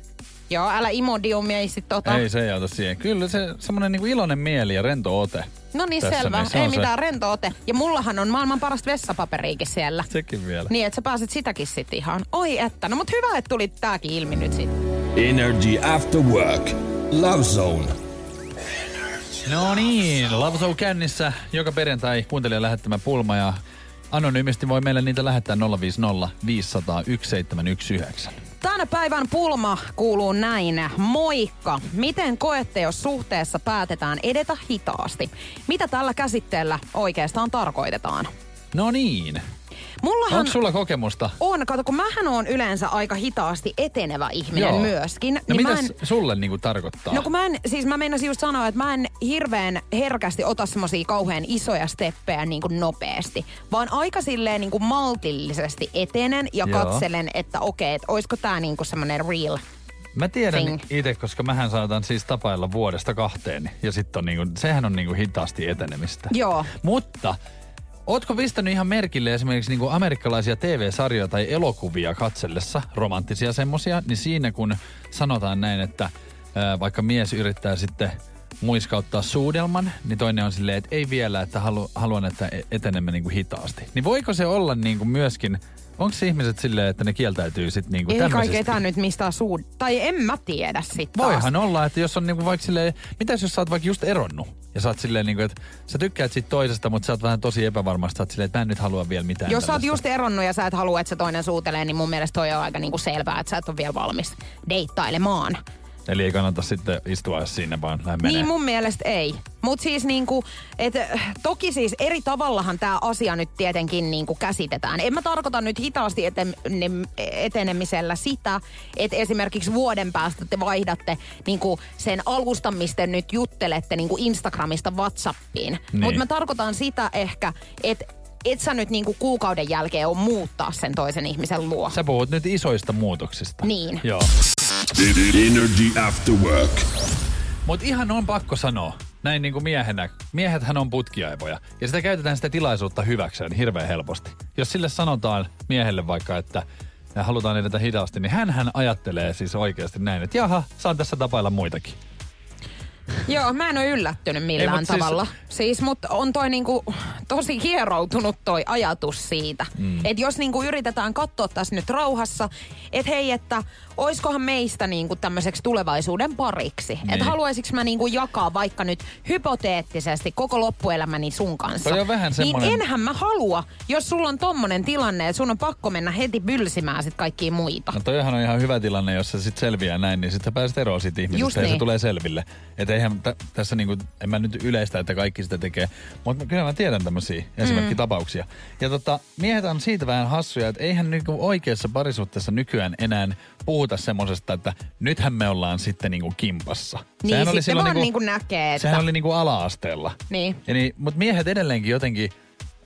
Joo, älä imodiumia ei sit tota. ota. Ei se ei auta siihen. Kyllä se semmonen niinku iloinen mieli ja rento ote. no niin, Tässä selvä. niin, se ei on se. mitään, rento ote. Ja mullahan on maailman parasta vessapaperiikin siellä. Sekin vielä. Niin, että sä pääset sitäkin sit ihan. Oi että. No mut hyvä, että tuli tääkin ilmi nyt sit. Energy After Work. Love Zone. No niin, Love Show kännissä joka perjantai kuuntelijan lähettämä pulma ja anonyymisti voi meille niitä lähettää 050 500 1719. Tänä päivän pulma kuuluu näin. Moikka! Miten koette, jos suhteessa päätetään edetä hitaasti? Mitä tällä käsitteellä oikeastaan tarkoitetaan? No niin. Mullahan Onko sulla kokemusta? on, kato kun mähän on yleensä aika hitaasti etenevä ihminen Joo. myöskin. No niin niin mä mitäs en- en... sulle niinku tarkoittaa? No kun mä en, siis mä meinasin just sanoa, että mä en hirveän herkästi ota semmosia kauhean isoja steppejä niin kuin nopeasti, vaan aika silleen niin kuin maltillisesti etenen ja Joo. katselen, että okei, että oisko tää niin kuin semmonen real Mä tiedän Thing. itse, koska mähän saatan siis tapailla vuodesta kahteen. Ja sitten on niinku, sehän on niinku hitaasti etenemistä. Joo. Mutta ootko pistänyt ihan merkille esimerkiksi niinku amerikkalaisia TV-sarjoja tai elokuvia katsellessa, romanttisia semmosia, niin siinä kun sanotaan näin, että ää, vaikka mies yrittää sitten muiskauttaa suudelman, niin toinen on silleen, että ei vielä, että halu, haluan, että etenemme niin kuin hitaasti. Niin voiko se olla niin kuin myöskin, onko se ihmiset silleen, että ne kieltäytyy sitten niin kuin Ei kai tämmöisistä? ketään nyt mistään suud... Tai en mä tiedä sit taas. Voihan olla, että jos on niinku vaikka silleen, mitäs jos sä oot vaikka just eronnut? Ja sä oot silleen niinku, että sä tykkäät siitä toisesta, mutta sä oot vähän tosi epävarma, sä oot silleen, että mä en nyt halua vielä mitään Jos sä oot tällaista. just eronnut ja sä et halua, että se toinen suutelee, niin mun mielestä toi on aika niinku selvää, että sä et ole vielä valmis deittailemaan. Eli ei kannata sitten istua siinä, vaan lähde menee. Niin mun mielestä ei. Mutta siis niinku, et, äh, toki siis eri tavallahan tämä asia nyt tietenkin niinku käsitetään. En mä tarkoita nyt hitaasti eten, ne, etenemisellä sitä, että esimerkiksi vuoden päästä te vaihdatte niinku sen alustan, mistä nyt juttelette niinku Instagramista Whatsappiin. Niin. Niin. Mutta mä tarkoitan sitä ehkä, että et sä nyt niinku kuukauden jälkeen on muuttaa sen toisen ihmisen luo. Sä puhut nyt isoista muutoksista. Niin. Joo. Energy After Work. Mut ihan on pakko sanoa, näin niinku miehenä, miehethän on putkiaivoja. Ja sitä käytetään sitä tilaisuutta hyväkseen hirveän helposti. Jos sille sanotaan miehelle vaikka, että ja halutaan edetä hitaasti, niin hän ajattelee siis oikeasti näin, että jaha, saan tässä tapailla muitakin. Joo, mä en ole yllättynyt millään mut siis- tavalla. Siis, siis mutta on toi niinku, tosi hieroutunut toi ajatus siitä. Mm. Että jos niinku yritetään katsoa tässä nyt rauhassa, että hei, että oiskohan meistä niinku tämmöiseksi tulevaisuuden pariksi. Niin. Niin. Että haluaisiko mä niinku jakaa vaikka nyt hypoteettisesti koko loppuelämäni sun kanssa. Toi on vähän semmonen- Niin enhän mä halua, jos sulla on tommonen tilanne, että sun on pakko mennä heti bylsimään sit kaikkia muita. No toihan on ihan hyvä tilanne, jos sä sit selviää näin, niin sit sä pääset eroon siitä ihmisestä Just ja se niin. tulee selville. Et eihän t- tässä niinku, en mä nyt yleistä, että kaikki sitä tekee, mutta kyllä mä tiedän tämmöisiä Mm. esimerkkitapauksia. Ja tota, miehet on siitä vähän hassuja, että eihän niinku oikeassa parisuhteessa nykyään enää puhuta semmosesta, että nythän me ollaan sitten niinku kimpassa. Niin, sitten vaan niinku näkee, että- Sehän oli niinku ala-asteella. Niin. Ja niin, mutta miehet edelleenkin jotenkin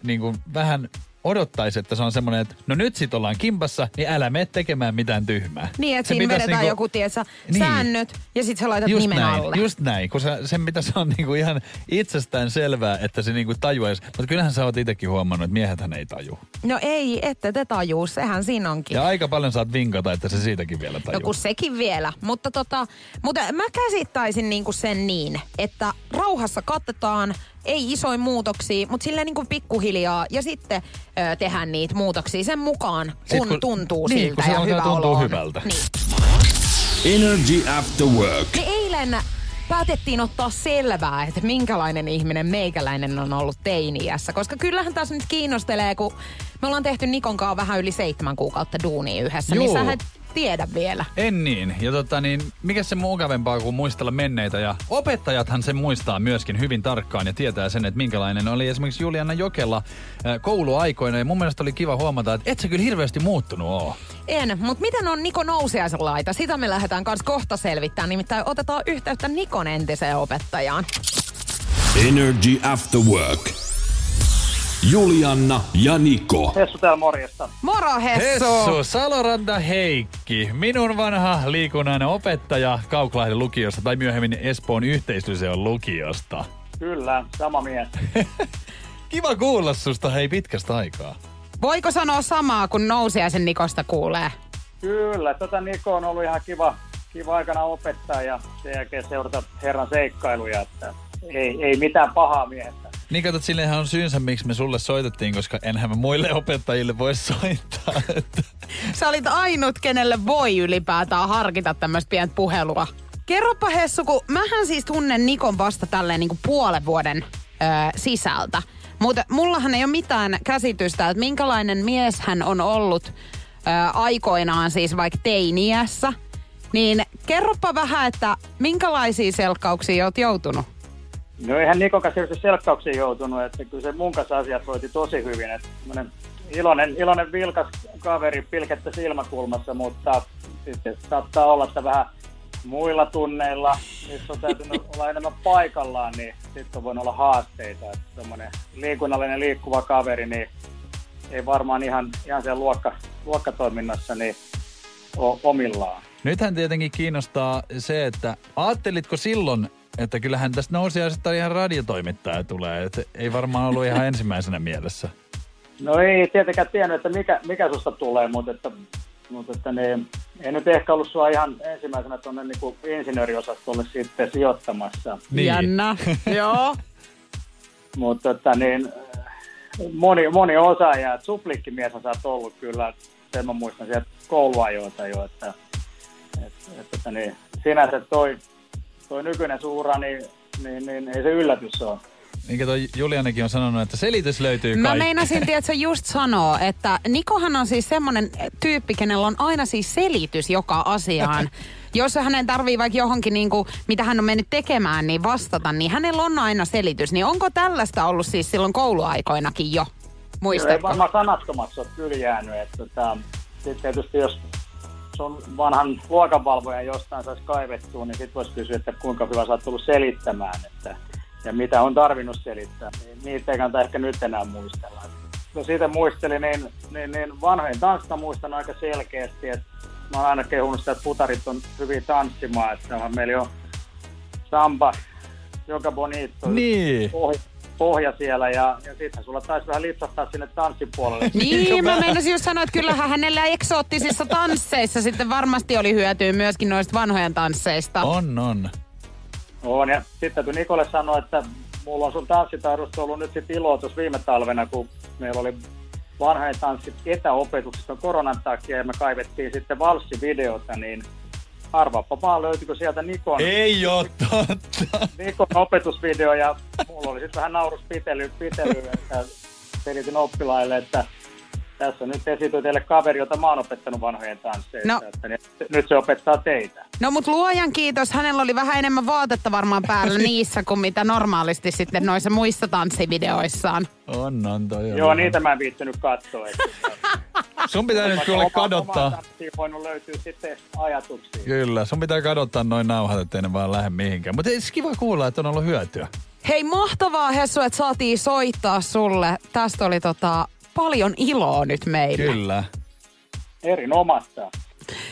niinku vähän odottaisi, että se on semmoinen, että no nyt sit ollaan kimpassa, niin älä mene tekemään mitään tyhmää. Niin, että Se siinä pitäisi vedetään niinku... joku, tiesä, Niin. säännöt ja sit sä laitat just nimen näin, alle. Just näin, kun sä, sen pitäisi olla niinku ihan itsestään selvää, että se niinku tajuaisi. Mutta kyllähän sä oot itsekin huomannut, että miehethän ei taju. No ei, ette te tajuu, sehän siinä onkin. Ja aika paljon saat vinkata, että se siitäkin vielä tajuu. No kun sekin vielä, mutta tota, mutta mä käsittäisin niinku sen niin, että rauhassa katsotaan, ei isoin muutoksia, mutta silleen niinku pikkuhiljaa ja sitten ö, tehdään niitä muutoksia sen mukaan, Sit kun, kun kun- tuntuu niin, siltä kun se ja alkaa hyvä tuntua olo on. hyvältä. Niin. Energy After Work. Me eilen päätettiin ottaa selvää, että minkälainen ihminen meikäläinen on ollut teiniässä. Koska kyllähän tässä nyt kiinnostelee, kun me ollaan tehty Nikon kanssa vähän yli seitsemän kuukautta duunia yhdessä. Juu. Niin sä et tiedä vielä. En niin. Ja tota niin, mikä se mukavampaa kuin muistella menneitä. Ja opettajathan sen muistaa myöskin hyvin tarkkaan ja tietää sen, että minkälainen oli esimerkiksi Juliana Jokela äh, kouluaikoina. Ja mun mielestä oli kiva huomata, että et sä kyllä hirveästi muuttunut oo. En, mutta miten on Niko Nousiaisen laita? Sitä me lähdetään kanssa kohta selvittämään. Nimittäin otetaan yhteyttä Nikon entiseen opettajaan. Energy After Work. Julianna ja Niko. Hessu täällä morjesta. Moro Hessu! Hessu Saloranta Heikki, minun vanha liikunnan opettaja Kauklahden lukiosta tai myöhemmin Espoon yhteistyöseon lukiosta. Kyllä, sama mies. Kiva kuulla susta, hei pitkästä aikaa. Voiko sanoa samaa, kun nousiaisen Nikosta kuulee? Kyllä, tätä Niko on ollut ihan kiva, kiva aikana opettaa ja sen jälkeen seurata herran seikkailuja. Että ei, ei mitään pahaa miehestä. Niin katsot, sillehän on syynsä, miksi me sulle soitettiin, koska enhän mä muille opettajille voi soittaa. Että. Sä olit ainut, kenelle voi ylipäätään harkita tämmöistä pientä puhelua. Kerropa Hessu, kun mähän siis tunnen Nikon vasta tälleen niin kuin puolen vuoden öö, sisältä. Mutta mullahan ei ole mitään käsitystä, että minkälainen mies hän on ollut öö, aikoinaan siis vaikka teiniässä. Niin kerropa vähän, että minkälaisia selkkauksia oot joutunut? No eihän Nikon kanssa hirveästi selkkauksiin joutunut, että kyllä se mun kanssa asiat hoiti tosi hyvin. Että semmonen iloinen, iloinen vilkas kaveri pilkettä silmäkulmassa, mutta sitten saattaa olla, että vähän muilla tunneilla, missä on täytynyt olla enemmän paikallaan, niin sitten on voinut olla haasteita. Että semmoinen liikunnallinen liikkuva kaveri, niin ei varmaan ihan, ihan siellä luokka, luokkatoiminnassa niin ole omillaan. Nythän tietenkin kiinnostaa se, että ajattelitko silloin, että kyllähän tästä nousiaisesta ihan radiotoimittaja tulee. Et ei varmaan ollut ihan ensimmäisenä mielessä. No ei tietenkään tiennyt, että mikä, mikä susta tulee, mutta että mutta että niin, en nyt ehkä ollut sua ihan ensimmäisenä tuonne niin insinööriosastolle sitten sijoittamassa. Niin. Jännä. Joo. Mutta että niin, moni, moni osaaja, että suplikkimies sä oot ollut kyllä, sen mä muistan sieltä kouluajoilta jo, että, että, että, että niin, sinänsä toi, toi nykyinen suura, niin, niin, niin ei se yllätys ole. Minkä toi Julianekin on sanonut, että selitys löytyy Mä kaikki. meinasin, tiedätkö, just sanoa, että Nikohan on siis semmoinen tyyppi, kenellä on aina siis selitys joka asiaan. Jos hänen tarvii vaikka johonkin, niin kuin, mitä hän on mennyt tekemään, niin vastata, niin hänellä on aina selitys. Niin onko tällaista ollut siis silloin kouluaikoinakin jo? Ei Muistatko? varmaan sanattomaksi ole kyllä jäänyt. Että, tota, sit tietysti jos sun vanhan luokanvalvojan jostain saisi kaivettua, niin sitten voisi kysyä, että kuinka hyvä sä oot tullut selittämään että, ja mitä on tarvinnut selittää. Niin Niitä ei kannata ehkä nyt enää muistella. No siitä muistelin, niin, niin, niin vanhojen tanssista muistan aika selkeästi, että mä oon aina kehunut sitä, että putarit on hyviä tanssimaan, että onhan meillä on samba, joka bonito, Niin. pohja, pohja siellä ja, ja sitten sulla taisi vähän lipsahtaa sinne tanssipuolelle. Niin, mä meinasin just sanoa, että kyllähän hänellä eksoottisissa tansseissa sitten varmasti oli hyötyä myöskin noista vanhojen tansseista. On, on. On, ja sitten täytyy Nikolle sanoa, että mulla on sun tanssitaidosta ollut nyt sit iloa tuossa viime talvena, kun meillä oli vanhojen tanssit etäopetuksesta koronan takia ja me kaivettiin sitten valssivideota, niin arvaappa vaan löytyykö sieltä Nikon, Ei oo totta. Nikon Niin, opetusvideo ja mulla oli sitten vähän nauruspitely, pitely, että selitin oppilaille, että tässä nyt esityy teille kaveri, jota mä oon opettanut vanhojen No. tansseista, no. että nyt- nyt se opettaa teitä. No mut luojan kiitos, hänellä oli vähän enemmän vaatetta varmaan päällä niissä kuin mitä normaalisti sitten noissa muissa tanssivideoissaan. On, on toi. on. Joo, niin- niitä mä en viittynyt katsoa. Että. Sun pitää nyt kyllä Vaikka oma- omaan kadottaa. tarttiin voinut löytyä sitten ajatuksia. Kyllä, sun pitää kadottaa noin nauhat, ettei ne vaan lähde mihinkään. Mutta siis kiva kuulla, että on ollut hyötyä. Hei mahtavaa Hessu, että saatiin soittaa sulle. Tästä oli tota paljon iloa nyt meille. Kyllä. Erinomaista.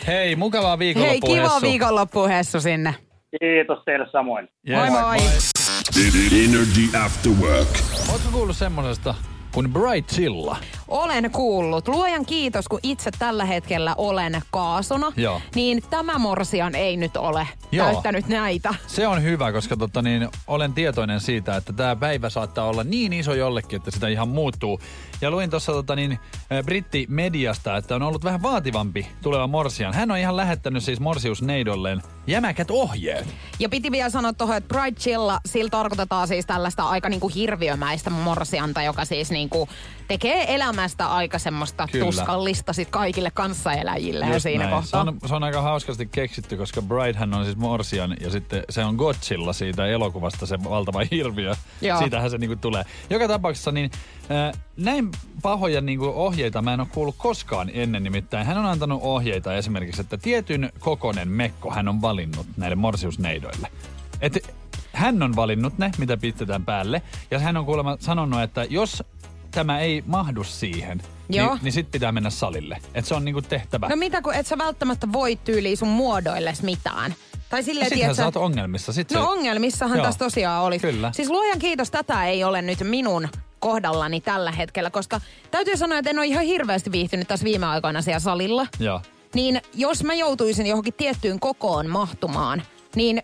Hei, mukavaa Hei, viikonloppua, kiva Hessu. viikonloppu Hessu sinne. Kiitos teille samoin. Moi moi. Energy After Work. Ootko kuullut semmosesta kuin Bright Silla? Olen kuullut. Luojan kiitos, kun itse tällä hetkellä olen kaasona, Joo. niin tämä morsian ei nyt ole Joo. täyttänyt näitä. Se on hyvä, koska totta niin, olen tietoinen siitä, että tämä päivä saattaa olla niin iso jollekin, että sitä ihan muuttuu. Ja luin tuossa tota niin, eh, brittimediasta, että on ollut vähän vaativampi tuleva Morsian. Hän on ihan lähettänyt siis Morsiusneidolleen jämäkät ohjeet. Ja piti vielä sanoa tuohon, että Bride Chilla, sillä tarkoitetaan siis tällaista aika niinku hirviömäistä morsianta, joka siis niinku tekee elämästä aika semmoista Kyllä. Kyllä. tuskallista sit kaikille kanssaeläjille Just siinä näin. Se kohtaa. on, se on aika hauskasti keksitty, koska Bridehän on siis Morsian ja sitten se on Godzilla siitä elokuvasta se valtava hirviö. Joo. Siitähän se niinku tulee. Joka tapauksessa niin äh, näin pahoja niinku ohjeita mä en ole kuullut koskaan ennen. Nimittäin hän on antanut ohjeita esimerkiksi, että tietyn kokonen mekko hän on valinnut näille morsiusneidoille. Et hän on valinnut ne, mitä pistetään päälle. Ja hän on kuulemma sanonut, että jos tämä ei mahdu siihen, Joo. niin, niin sit pitää mennä salille. Et se on niinku tehtävä. No mitä, kun et sä välttämättä voi tyyliä sun muodoilles mitään. Tai No silleen, Sittenhän tiedätkö, sä oot ongelmissa. Sit No se- ongelmissahan Joo. tässä tosiaan oli. Kyllä. Siis luojan kiitos, tätä ei ole nyt minun kohdallani tällä hetkellä, koska täytyy sanoa, että en ole ihan hirveästi viihtynyt tässä viime aikoina siellä salilla. Joo. Niin jos mä joutuisin johonkin tiettyyn kokoon mahtumaan, niin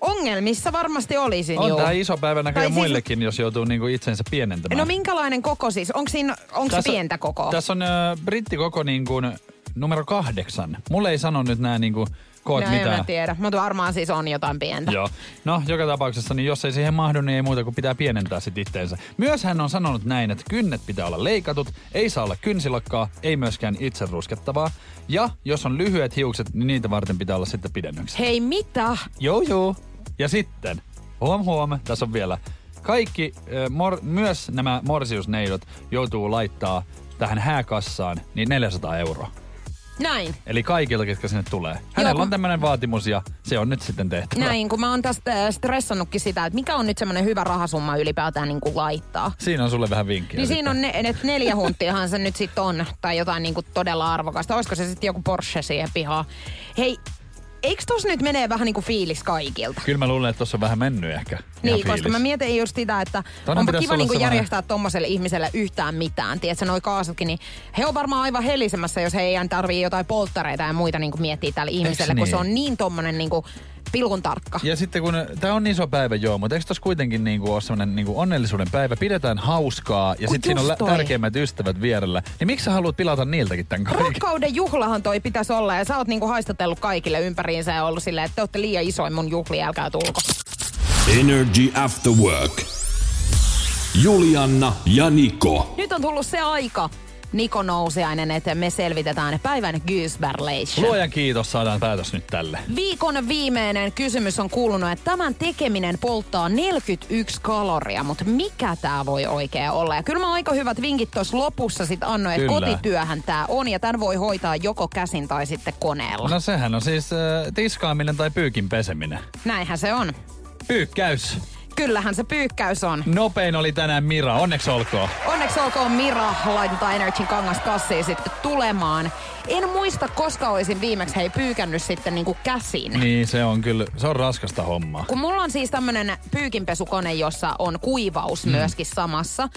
ongelmissa varmasti olisin On juu. tää iso päivä Tai näköjään siis- muillekin, jos joutuu niinku itsensä pienentämään. No minkälainen koko siis? Onko siinä, onko se Tässä- pientä kokoa? Tässä on ö, brittikoko niinku numero kahdeksan. Mulle ei sano nyt nää niinku koot no, en mä mitään. tiedä, mutta varmaan siis on jotain pientä. Joo. No, joka tapauksessa, niin jos ei siihen mahdu, niin ei muuta kuin pitää pienentää sit itteensä. Myös hän on sanonut näin, että kynnet pitää olla leikatut, ei saa olla kynsilakkaa, ei myöskään itse ruskettavaa. Ja jos on lyhyet hiukset, niin niitä varten pitää olla sitten pidennykset. Hei mitä? Joo, joo. Ja sitten, huom huom, tässä on vielä. Kaikki, ö, mor, myös nämä morsiusneidot joutuu laittaa tähän hääkassaan niin 400 euroa. Näin. Eli kaikilta, ketkä sinne tulee. Hänellä kun- on tämmöinen vaatimus ja se on nyt sitten tehty. Näin, kun mä oon tästä äh, stressannutkin sitä, että mikä on nyt semmoinen hyvä rahasumma ylipäätään niin kuin laittaa. Siinä on sulle vähän vinkkiä. Niin sitten. siinä on ne, et neljä hunttiahan se nyt sitten on, tai jotain niinku todella arvokasta. Olisiko se sitten joku Porsche siihen pihaan? Hei, eikö tos nyt menee vähän niinku fiilis kaikilta? Kyllä mä luulen, että tuossa on vähän mennyt ehkä. ihan Niin, fiilis. koska mä mietin just sitä, että Tonne onpa pitäisi kiva olla niinku sellainen- järjestää tommoselle ihmiselle yhtään mitään. Tiedätkö, noi kaasutkin, niin he on varmaan aivan helisemässä, jos heidän tarvii jotain polttareita ja muita niinku miettiä tälle ihmiselle, kun niin? se on niin tommonen niinku pilkun tarkka. Ja sitten kun, tää on iso päivä joo, mutta eikö tossa kuitenkin niinku ole semmonen niinku onnellisuuden päivä, pidetään hauskaa ja Kun sitten siinä on just lä- toi. tärkeimmät ystävät vierellä. Niin miksi sä haluat pilata niiltäkin tämän kaiken? Rakkauden juhlahan toi pitäisi olla ja sä oot niinku haistatellut kaikille ympäriinsä ja ollut silleen, että te ootte liian isoin mun juhli, älkää tulko. Energy After Work. Julianna ja Niko. Nyt on tullut se aika, Niko Nousiainen, että me selvitetään päivän Gysberlation. Luojan kiitos, saadaan päätös nyt tälle. Viikon viimeinen kysymys on kuulunut, että tämän tekeminen polttaa 41 kaloria, mutta mikä tämä voi oikein olla? Ja kyllä mä aika hyvät vinkit tuossa lopussa sit annoin, että Kyllä. kotityöhän tämä on ja tämän voi hoitaa joko käsin tai sitten koneella. No sehän on siis äh, tiskaaminen tai pyykin peseminen. Näinhän se on. Pyykkäys. Kyllähän se pyykkäys on. Nopein oli tänään Mira, onneksi olkoon. Onneksi olkoon Mira, laitetaan Energyn kangas kassiin sitten tulemaan. En muista, koska olisin viimeksi hei pyykännyt sitten niinku käsin. Niin se on kyllä, se on raskasta hommaa. Kun mulla on siis tämmönen pyykinpesukone, jossa on kuivaus Mm. myöskin samassa.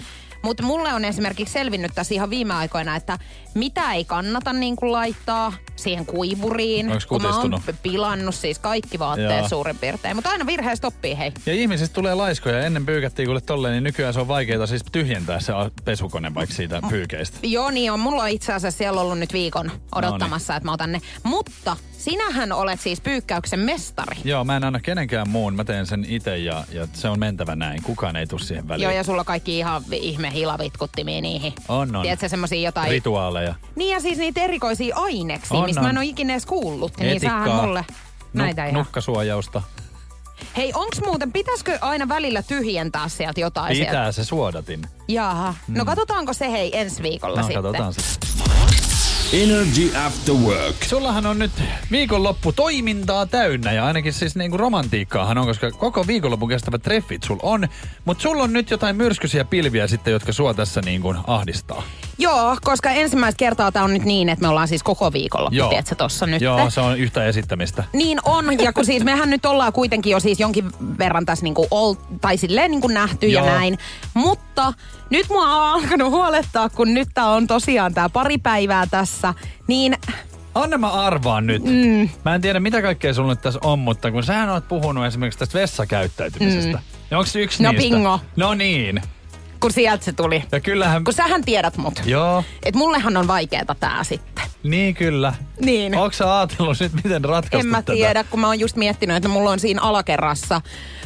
Mutta mulle on esimerkiksi selvinnyt tässä ihan viime aikoina, että mitä ei kannata niin kuin laittaa siihen kuivuriin. Onks kun mä oon kutistunut? p- pilannut siis kaikki vaatteet Joo. suurin piirtein. Mutta aina virheestä oppii hei. Ja ihmisistä tulee laiskoja. Ennen pyykättiin kuule tolleen, niin nykyään se on vaikeaa siis tyhjentää se a- pesukone vaikka siitä pyykeistä. Joo, niin on. Mulla on itse asiassa siellä ollut nyt No viikon niin. odottamassa, että mä otan ne. Mutta sinähän olet siis pyykkäyksen mestari. Joo, mä en anna kenenkään muun. Mä teen sen itse ja, ja se on mentävä näin. Kukaan ei tule siihen väliin. Joo, Ja sulla on kaikki ihan vi- ihme hilavitkuttimia niihin. On, on. Tiedätkö semmosia jotain Rituaaleja. Niin ja siis niitä erikoisia aineksia, On, mistä mä en on. ole ikinä edes kuullut. Niin sähän mulle näitä nuk- ihan. nukkasuojausta. Hei, onks muuten, pitäisikö aina välillä tyhjentää sieltä jotain sieltä? Pitää se suodatin. Jaha. No katsotaanko se hei ensi viikolla No, sitten. katsotaan se. Energy After Work. Sullahan on nyt viikonloppu toimintaa täynnä ja ainakin siis niinku romantiikkaahan on, koska koko viikonlopun kestävät treffit sul on. Mutta sulla on nyt jotain myrskyisiä pilviä sitten, jotka sua tässä niinku ahdistaa. Joo, koska ensimmäistä kertaa tää on nyt niin, että me ollaan siis koko viikolla, tiedätkö tossa nyt. Joo, se on yhtä esittämistä. Niin on, ja kun siis mehän nyt ollaan kuitenkin jo siis jonkin verran tässä niinku ol, tai silleen niinku nähty Joo. ja näin. Mutta nyt mua on alkanut huolettaa, kun nyt tää on tosiaan tää pari päivää tässä, niin Anna mä arvaan nyt. Mm. Mä en tiedä mitä kaikkea sulla nyt tässä on, mutta kun sähän oot puhunut esimerkiksi tästä vessakäyttäytymisestä. Mm. Onko yksi No, niistä? bingo. No niin. kun sieltä se tuli. Ja kyllähän... Kun sähän tiedät mut. Joo, Et mullehan on vaikeeta tää sitten. niin kyllä. Niin. Onko sä ajatellut nyt, miten ratkaista en mä tätä? tiedä, kun mä oon just miettinyt, että mulla on siinä alakerrassa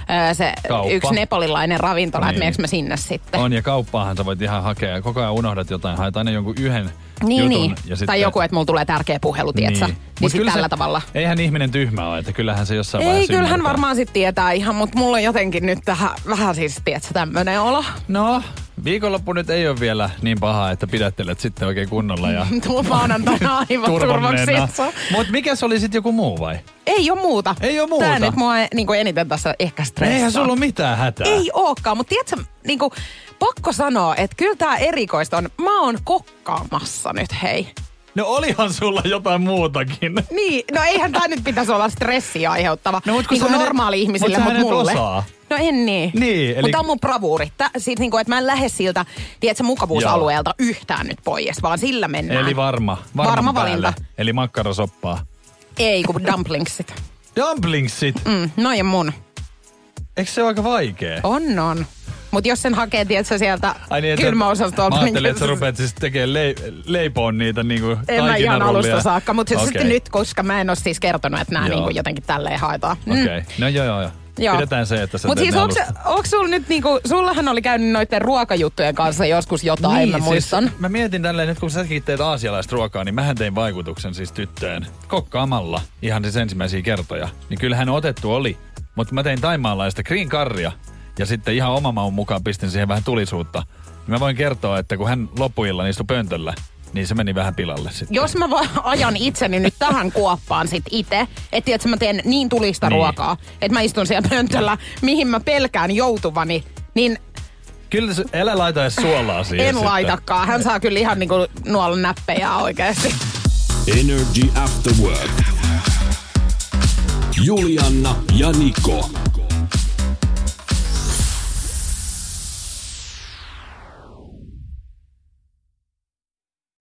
ää, se Kauppa. yksi nepalilainen ravintola, Niin. että meneekö mä sinne sitten. On, ja kauppaahan sä voit ihan hakea. ja Koko ajan unohdat jotain, haet aina jonkun yhden Niin, jutun. niin. Ja sitten... Tai joku, että mulla tulee tärkeä puhelu, tietsä. Niin, Mut niin sit kyllä tällä se, tavalla. Eihän ihminen tyhmä ole, että kyllähän se jossain Ei, vaiheessa kyllähän ymmärtää. varmaan sit tietää ihan, mutta mulla on jotenkin nyt tähän, vähän siis, tietsä, tämmönen olo. No, viikonloppu nyt ei ole vielä niin paha, että pidättelet sitten oikein kunnolla ja Mulla maanantaina aivan turvaksi. turvonneena. Mutta mikä se oli sitten joku muu vai? Ei oo muuta. Ei oo muuta. Tää nyt mua niin eniten tässä ehkä stressaa. Eihän sulla ole mitään hätää. Ei ookaan, mutta tiedätkö, niinku, pakko sanoa, että kyllä tämä erikoista on. Mä oon kokkaamassa nyt, hei. No olihan sulla jotain muutakin. Niin, no eihän tämä nyt pitäisi olla stressiä aiheuttava. No, mut kun niinku sä hänet- normaali ihmisille, mut sä mutta hänet mulle. osaa. No en niin. Niin, eli- Mutta on mun bravuuri. Tää, siis niinku, että mä en lähde siltä, tiedätkö, mukavuusalueelta yhtään nyt pois, vaan sillä mennään. Eli varma. Varman Varma päälle. valinta. Eli makkarasoppaa. Ei, kun dumplingsit. Dumplingsit. Mm. Mm, no ja mun. Eikö se ole aika vaikea? On, on. Mutta jos sen hakee, tiedätkö, sieltä Ai niin, että- kylmäosastolta. Mä niin ajattelin, että sä kyllä se- rupeat siis tekemään le- leipoon niitä niinku En mä ihan taikinarullia. alusta saakka, mutta okay. Okei. sitten nyt, koska mä en ole siis kertonut, että nämä Joo. niinku jotenkin tälleen haetaan. Okei. Okay. No joo, joo, joo. mm. Joo. Pidetään se, että sä Mutta teet siis ne onko, alusta. onko sulla nyt niinku, sullahan oli käynyt noiden ruokajuttujen kanssa joskus jotain, mä muistan. Siis, mä mietin tälleen, nyt kun säkin teet aasialaista ruokaa, niin mähän tein vaikutuksen siis tyttöön kokkaamalla ihan siis ensimmäisiä kertoja. Niin kyllähän otettu oli, mutta mä tein taimaalaista green currya ja sitten ihan oma maun mukaan pistin siihen vähän tulisuutta. Niin Mä voin kertoa, että kun hän loppuilla istui pöntöllä, niin se meni vähän pilalle sitten. Jos mä vaan ajan itseni nyt tähän kuoppaan sit itse, että että mä teen niin tulista Niin. niin. ruokaa, että mä istun siellä pöntöllä, mihin mä pelkään joutuvani, niin Kyllä se, älä laita edes suolaa siihen en sitten. laitakaan. Hän saa kyllä ihan niinku nuolla näppejä oikeasti. Energy After Work. Julianna ja Niko.